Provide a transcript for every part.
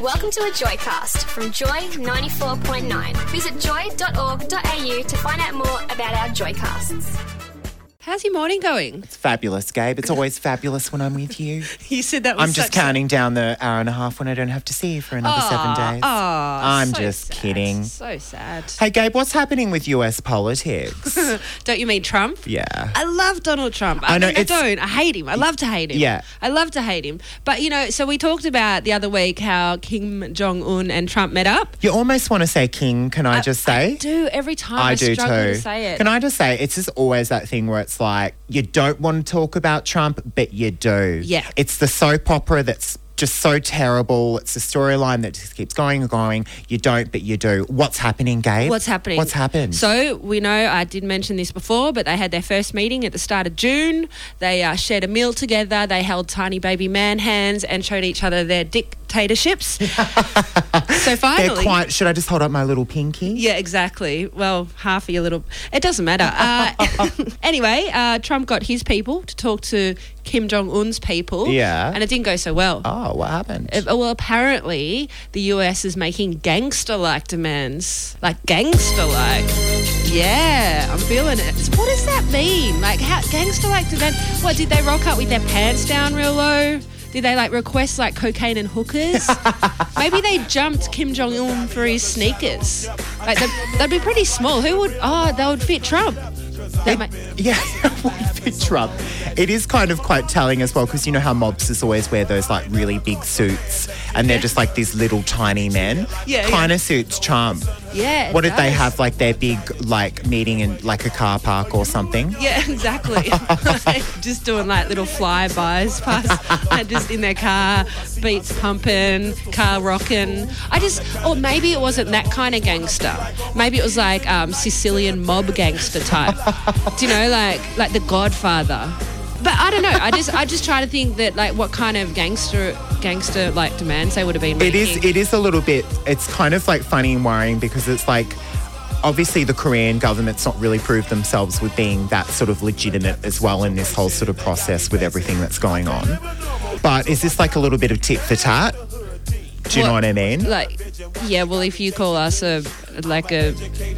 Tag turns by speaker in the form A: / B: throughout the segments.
A: Welcome to a Joycast from Joy 94.9. Visit joy.org.au to find out more about our Joycasts.
B: How's your morning going?
C: It's fabulous, Gabe. It's always fabulous when I'm with you.
B: You said that was
C: I'm just
B: such-
C: counting down the hour and a half when I don't have to see you for another seven days. I'm
B: so
C: just
B: sad,
C: kidding.
B: So sad.
C: Hey, Gabe, what's happening with US politics?
B: Don't you mean Trump?
C: yeah.
B: I love Donald Trump. I,
C: I know,
B: mean, I
C: it's-
B: don't. I hate him. I love to hate him.
C: Yeah.
B: I love to hate him. But you know, so we talked about the other week how Kim Jong Un and Trump met up.
C: You almost want to say king, can I, just say?
B: I do every time. I,
C: I do
B: struggle
C: too.
B: to say it.
C: Can I just say it's just always that thing where it's like you don't want to talk about Trump, but you do.
B: Yeah.
C: It's the soap opera that's just so terrible. It's the storyline that just keeps going and going. You don't, but you do. What's happening, Gabe?
B: What's happening?
C: What's happened?
B: So we know I did mention this before, but they had their first meeting at the start of June. They uh, shared a meal together. They held tiny baby man hands and showed each other their dictatorships. so finally,
C: They're quite. Should I just hold up my little pinky?
B: Yeah, exactly. Well, half of your little. It doesn't matter. Uh, anyway, uh, Trump got his people to talk to Kim Jong Un's people.
C: Yeah.
B: And it didn't go so well.
C: Oh, what happened?
B: Uh, Well, apparently, the US is making gangster like demands. Like, gangster like. Yeah, I'm feeling it. What does that mean? Like, how gangster like demand? What, did they rock up with their pants down real low? Did they like request like cocaine and hookers? Maybe they jumped Kim Jong Un for his sneakers. Like they'd, they'd be pretty small. Who would? Oh, they would fit Trump. That might,
C: Yeah, would be Trump. It is kind of quite telling as well because you know how mobsters always wear those like really big suits and they're just like these little tiny men.
B: Yeah,
C: Kind of suits Trump.
B: yeah. it
C: What did they
B: does.
C: have? Like their big like meeting in like a car park or something?
B: Yeah, exactly. just doing like little flybys past, like just in their car, beats pumping, car rocking. I just, or maybe it wasn't that kind of gangster. Maybe it was like um, Sicilian mob gangster type. Do you know, like like the Godfather. But I don't know. I just I just try to think that like what kind of gangster gangster like demands they would have been.
C: It
B: Making.
C: is. It is a little bit. It's kind of like funny and worrying because it's like. Obviously, the Korean government's not really proved themselves with being that sort of legitimate as well in this whole sort of process with everything that's going on. But is this like a little bit of tit for tat? Do you know
B: Well,
C: what I mean?
B: like yeah well if you call us a like a,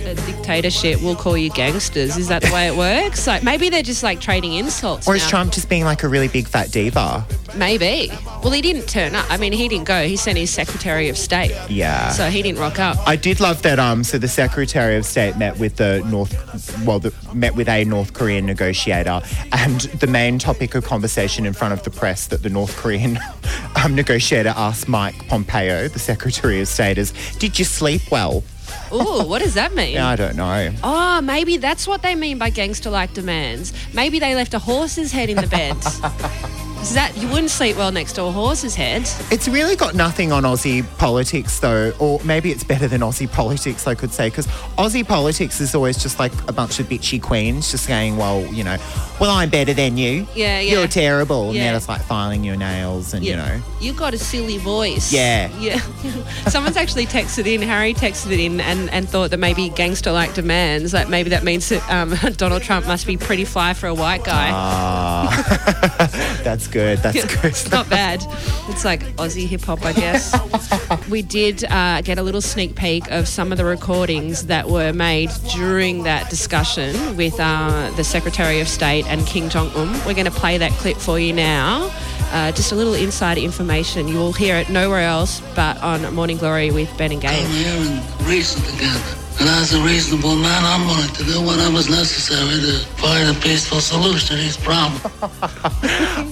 B: a dictatorship we'll call you gangsters is that the way it works like maybe they're just like trading insults
C: Or is
B: now.
C: Trump just being like a really big fat diva?
B: maybe well he didn't turn up i mean he didn't go he sent his secretary of state
C: Yeah.
B: so he didn't rock up
C: I did love that. Um, so the Secretary of State met with the North, well, the, met with a North Korean negotiator, and the main topic of conversation in front of the press that the North Korean um, negotiator asked Mike Pompeo, the Secretary of State, is, "Did you sleep well?"
B: Ooh, what does that mean
C: I don't know.
B: Oh, maybe that's what they mean by gangster-like demands. Maybe they left a horse's head in the bed. Is that you wouldn't sleep well next to a horse's head?
C: It's really got nothing on Aussie politics, though, or maybe it's better than Aussie politics, I could say, because Aussie politics is always just like a bunch of bitchy queens just saying, well, you know, well, I'm better than you.
B: Yeah, yeah.
C: You're terrible. And
B: Yeah.
C: they're just like filing your nails and, you know.
B: You got a silly voice.
C: Yeah.
B: Yeah. Someone's actually texted in, Harry texted in and, and thought that maybe gangster like demands, like maybe that means that um, Donald Trump must be pretty fly for a white guy.
C: That's good. That's good.
B: it's not bad. It's like Aussie hip hop, I guess. we did uh, get a little sneak peek of some of the recordings that were made during that discussion with uh, the Secretary of State and King Jong Un. We're going to play that clip for you now. Uh, just a little insider information. You will hear it nowhere else but on Morning Glory with Ben and
D: I'm
B: Gabe.
D: here and reasoned again. And as a reasonable man, I'm willing to do whatever is necessary to find a peaceful solution to these problems.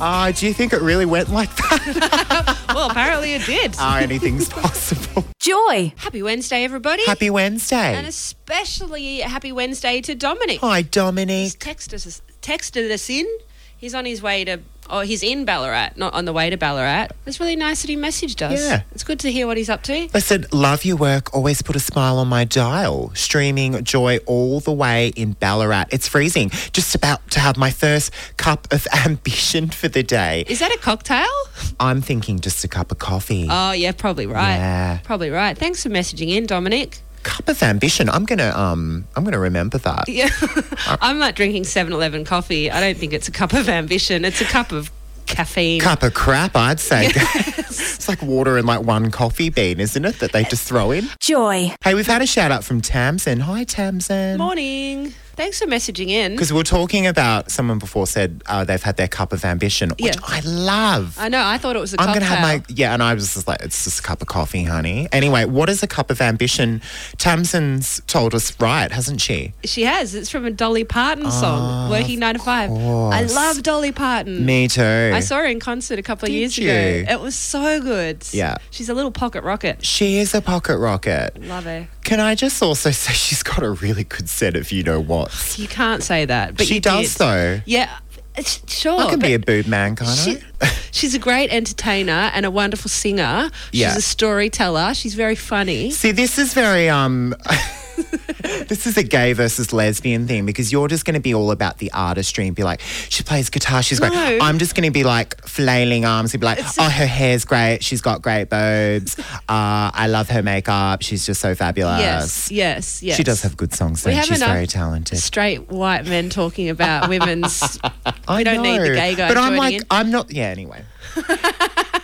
C: Ah, do you think it really went like that?
B: well, apparently it did.
C: Ah, anything's possible.
E: Joy.
B: Happy Wednesday, everybody.
C: Happy
B: and
C: Wednesday.
B: especially happy Wednesday to Dominic.
C: Hi,
B: He's
C: Dominic.
B: texted us, texted us in. He's on his way to, or he's in Ballarat, not on the way to Ballarat. It's really nice that he messaged us.
C: Yeah.
B: It's good to hear what he's up to.
C: Listen, love your work. Always put a smile on my dial. Streaming joy all the way in Ballarat. It's freezing. Just about to have my first cup of ambition for the day.
B: Is that a cocktail?
C: I'm thinking just a cup of coffee.
B: Oh, yeah, probably right.
C: Yeah.
B: Probably right. Thanks for messaging in, Dominic.
C: cup of ambition. I'm gonna um. I'm gonna remember that. Uh,
B: Yeah. I'm like drinking 7 Eleven coffee. I don't think it's a cup of ambition, it's a cup of caffeine.
C: Cup of crap, I'd say. it's like water and like one coffee bean, isn't it? That they just throw in.
E: Joy.
C: Hey, we've had a shout out from Tamsin. Hi, Tamsin.
B: Morning. Thanks for messaging in.
C: Because we were talking about someone before said uh, they've had their cup of ambition, which
B: Yeah.
C: I love.
B: I know. I thought it was a
C: I'm going to
B: cocktail.
C: have my, yeah, and I was just like, it's just a cup of coffee, honey. Anyway, what is a cup of ambition? Tamsin's told us right, hasn't she?
B: She has. It's from a Dolly Parton song,
C: Ah,
B: Working 9 to 5. I love Dolly Parton.
C: Me too.
B: I saw her in concert a couple of
C: Did
B: years
C: you?
B: ago. It was so good.
C: Yeah.
B: She's a little pocket rocket.
C: she is a pocket rocket.
B: Love her.
C: Can I just also say she's got a really good set of you know what?
B: You can't say that, but
C: she
B: you
C: does
B: did.
C: though.
B: Yeah, it's- sure.
C: I can
B: but
C: be a boob man, can't
B: she-
C: I?
B: she's a great entertainer and a wonderful singer.
C: Yeah.
B: She's a storyteller. She's very funny.
C: See, this is very um. This is a gay versus lesbian thing because you're just going to be all about the artistry and be like, she plays guitar, she's great.
B: No.
C: I'm just going to be like flailing arms and be like, oh, her hair's great, she's got great boobs, uh, I love her makeup, she's just so fabulous.
B: Yes, yes, yes.
C: She does have good songs,
B: We
C: though.
B: have
C: She's
B: enough
C: very talented.
B: Straight white men talking about women's.
C: I
B: don't need the
C: know.
B: gay guy
C: But I'm
B: joining
C: like,
B: in.
C: I'm not, yeah, anyway.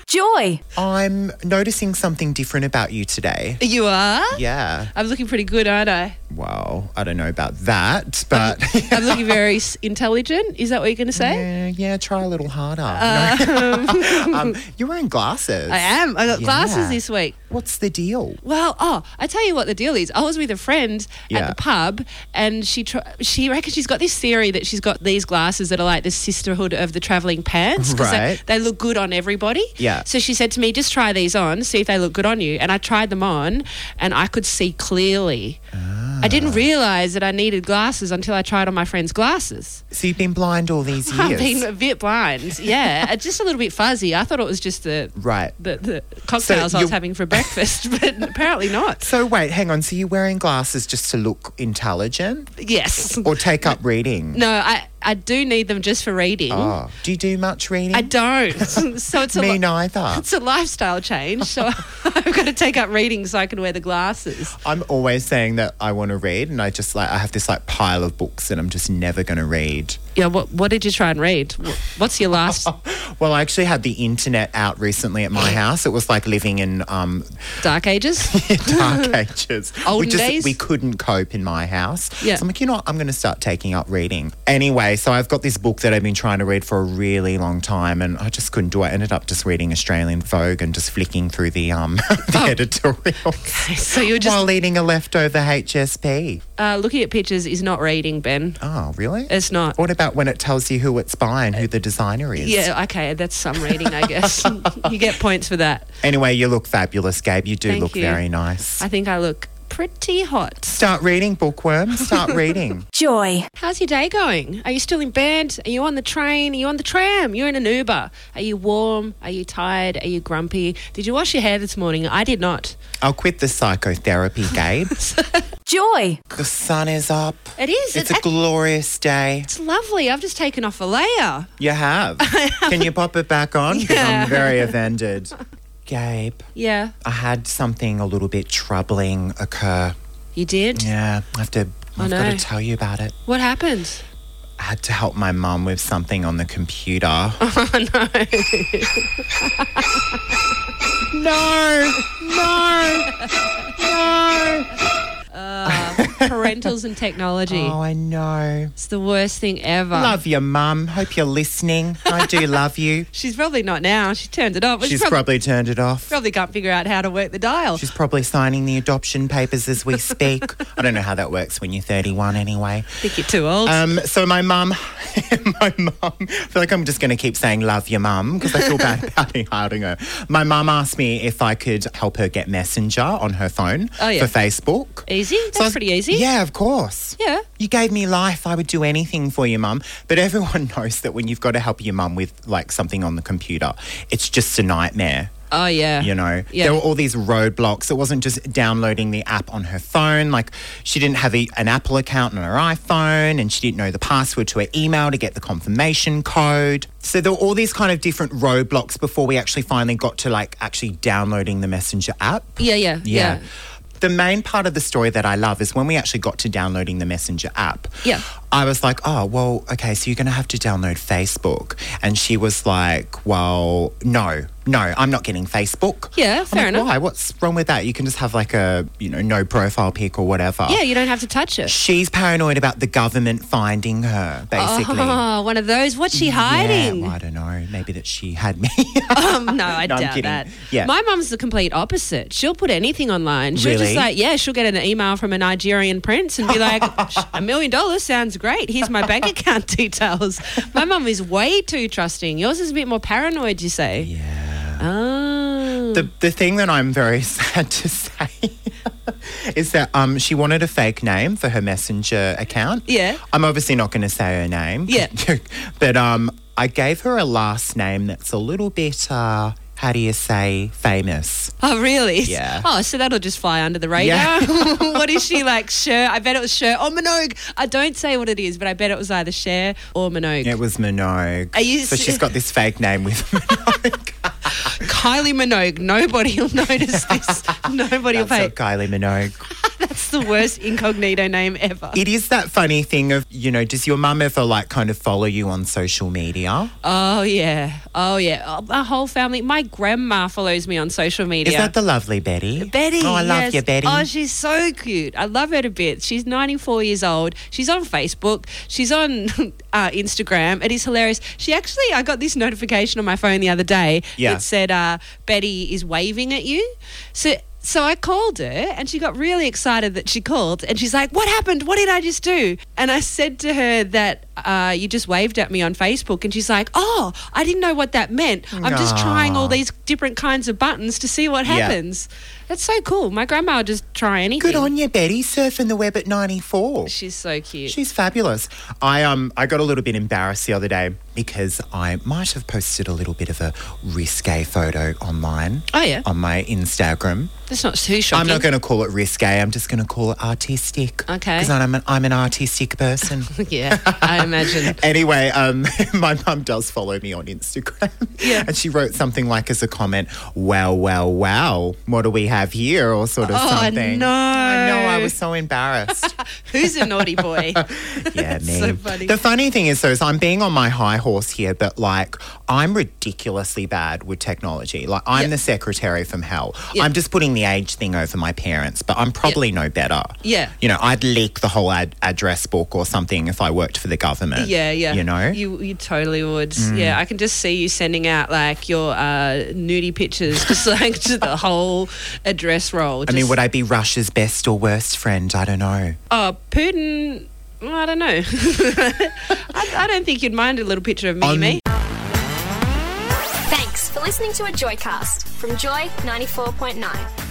E: Joy.
C: I'm noticing something different about you today.
B: you are.
C: Yeah.
B: I'm looking pretty good, aren't I?
C: Well, I don't know about that, but.
B: I'm looking very s- intelligent. Is that what you're going to say?
C: Yeah, yeah, try a little harder. No. um, you're wearing glasses.
B: I am. I got glasses
C: Yeah.
B: this week.
C: What's the deal?
B: Well, oh, I tell you what the deal is. I was with a friend
C: Yeah.
B: at the pub, and she tr- she reckons she's got this theory that she's got these glasses that are like the sisterhood of the traveling pants 'cause they-
C: Right.
B: they, look good on everybody.
C: Yeah.
B: So she said to me, "Just try these on, see if they look good on you." And I tried them on, and I could see clearly. I didn't
C: Ah.
B: realize that I needed glasses until I tried on my friend's glasses.
C: So you've been blind all these years.
B: I've been a bit blind, yeah, uh, just a little bit fuzzy. I thought it was just the
C: Right.
B: the, the cocktails I was
C: you-
B: having for breakfast, but apparently not.
C: So wait, hang on. So you're wearing glasses just to look intelligent
B: Yes.
C: or take up reading?
B: No, I, I do need them just for reading.
C: Oh, do you do much reading?
B: I don't. so it's a
C: Me
B: li-
C: neither.
B: It's a lifestyle change. So I've got to take up reading so I can wear the glasses.
C: I'm always saying that I want to read, and I just like I have this like pile of books, and I'm just never going to read.
B: Yeah. What What did you try and read? Wh- What's your last
C: Well, I actually had the internet out recently at my house. It was like living in um,
B: Dark Ages?
C: dark ages. we
B: Olden
C: just
B: days?
C: we couldn't cope in my house.
B: Yeah.
C: So I'm like, you know what? I'm going to start taking up reading. Anyway, so I've got this book that I've been trying to read for a really long time, and I just couldn't do it. I ended up just reading Australian Vogue and just flicking through the um the editorials
B: so you're Oh. just
C: while eating a leftover HSP.
B: uh, looking at pictures is not reading, Ben.
C: Oh, really?
B: It's not.
C: What about when it tells you who it's by and who the designer is?
B: Uh, Yeah. Okay. That's some reading, I guess. you get points for that.
C: Anyway, you look fabulous, Gabe. You do
B: Thank
C: look
B: you.
C: very nice.
B: I think I look pretty hot.
C: Start reading, bookworm. Start reading.
E: Joy.
B: How's your day going? Are you still in bed? Are you on the train? Are you on the tram? You're in an Uber. Are you warm? Are you tired? Are you grumpy? Did you wash your hair this morning? I did not.
C: I'll quit the psychotherapy, Gabe.
E: Joy.
C: the sun is up.
B: It is.
C: It's
B: It's,
C: a
B: act-
C: glorious day.
B: it's lovely. I've just taken off a layer.
C: You have. Can you pop it back on? 'Cause I'm very offended. Gabe,
B: Yeah.
C: I had something a little bit troubling occur.
B: You did?
C: Yeah, I have to.
B: I
C: I've got
B: know.
C: to tell you about it.
B: What happened?
C: I had to help my mum with something on the computer.
B: Oh, no.
C: no, no, no.
B: Uh, Parentals and technology.
C: Oh, I know.
B: It's the worst thing ever.
C: Love you, mum. Hope you're listening. I do love you.
B: She's probably not now. She turned it off. but
C: She's
B: prob-
C: probably turned it off.
B: probably can't figure out how to work the dial.
C: She's probably signing the adoption papers as we speak. I don't know how that works when you're 31 anyway.
B: I think you're too old.
C: Um, so my mum, my mum, I feel like I'm just going to keep saying love your mum because I feel bad about it hiding her. My mum asked me if I could help her get Messenger on her phone
B: Oh, yeah.
C: for Facebook.
B: easy? That's
C: So I was-
B: pretty easy.
C: Yeah, of course.
B: Yeah.
C: You gave me life. I would do anything for you, mum. But everyone knows that when you've got to help your mum with like something on the computer, it's just a nightmare
B: Oh, yeah.
C: you know
B: Yeah.
C: there were all these roadblocks it wasn't just downloading the app on her phone like she didn't have a, an apple account on her iphone and she didn't know the password to her email to get the confirmation code so there were all these kind of different roadblocks before we actually finally got to like actually downloading the messenger app
B: Yeah, yeah, yeah.
C: the main part of the story that I love is when we actually got to downloading the Messenger app.
B: Yeah.
C: I was like, oh, well, okay, so you're going to have to download Facebook. And she was like, well, no, no, I'm not getting Facebook.
B: Yeah, fair
C: I'm like,
B: enough.
C: Why? What's wrong with that? You can just have like a, you know, no profile pic or whatever.
B: Yeah, you don't have to touch it.
C: She's paranoid about the government finding her, basically.
B: Oh, one of those. What's she hiding?
C: Yeah, well, I don't know. Maybe that she had me.
B: Um, no, I
C: No,
B: doubt
C: I'm kidding.
B: that.
C: Yeah.
B: My mum's the complete opposite. She'll put anything online. She'll just
C: Really?
B: like, yeah, she'll get an email from a Nigerian prince and be like, "Sh- a million dollars sounds great. Here's my bank account details. My mum is way too trusting. Yours is a bit more paranoid, you say? Yeah. Oh.
C: the, the thing that I'm very sad to say is that um, she wanted a fake name for her messenger account.
B: Yeah.
C: I'm obviously not going to say her name.
B: Yeah.
C: but um, I gave her a last name that's a little bit, uh, how do you say, famous.
B: oh, really?
C: Yeah.
B: Oh, so that'll just fly under the radar. what is she like? Cher? I bet it was Cher or Minogue. I don't say what it is, but I bet it was either Cher or Minogue.
C: It was Minogue.
B: Are you
C: so
B: se-
C: she's got this fake name with Minogue.
B: Kylie Minogue. Nobody will notice this. Nobody will
C: That's
B: pay.
C: not Kylie Minogue.
B: It's the worst incognito name ever.
C: It is that funny thing of, you know, does your mum ever like kind of follow you on social media?
B: Oh yeah, oh yeah. Oh, My whole family. My grandma follows me on social media.
C: Is that the lovely Betty?
B: Betty?
C: Oh, I love
B: yes.
C: you, Betty.
B: Oh, she's so cute. I love her to bits. She's 94 years old. She's on Facebook. She's on uh, Instagram. It is hilarious. She actually, I got this notification on my phone the other day
C: Yeah.
B: that said uh, Betty is waving at you. So. So I called her and she got really excited that she called and she's like, What happened? What did I just do? And I said to her that uh, you just waved at me on Facebook and she's like, Oh, I didn't know what that meant. I'm just trying all
C: Aw.
B: these different kinds of buttons to see what
C: Yeah.
B: happens. That's so cool. My grandma would just try anything.
C: Good on you, Betty, surfing the web at 94.
B: She's so cute.
C: She's fabulous. I um I got a little bit embarrassed the other day because I might have posted a little bit of a risque photo online
B: oh yeah,
C: on my Instagram.
B: that's not too shocking.
C: I'm not going to call it risque. I'm just going to call it artistic.
B: Okay.
C: Because I'm an, I'm an artistic person.
B: yeah, I imagine.
C: Anyway, um, my mum does follow me on Instagram. Yeah. And she wrote something like as a comment, wow, wow, wow, what do we have here? Or sort of
B: Oh,
C: something.
B: no.
C: I know, I was so embarrassed.
B: Who's a naughty boy?
C: yeah, me.
B: so funny.
C: The funny thing is, though, is I'm being on my high horse here, but like I'm ridiculously bad with technology. Like I'm
B: Yeah.
C: the secretary from hell.
B: Yeah.
C: I'm just putting the age thing over my parents, but I'm probably no better.
B: Yeah.
C: You know, I'd leak the whole ad- address book or something if I worked for the government.
B: Yeah, yeah.
C: You know? Mm.
B: you you totally would. Yeah, I can just see you sending out like your uh, nudie pictures, just like to the whole address roll.
C: I mean,
B: Just,
C: would I be Russia's best or worst friend? I don't know.
B: oh, Putin. well, I don't know. I, I don't think you'd mind a little picture of me,
C: On-
B: me.
A: Thanks for listening to a Joycast from Joy 94.9.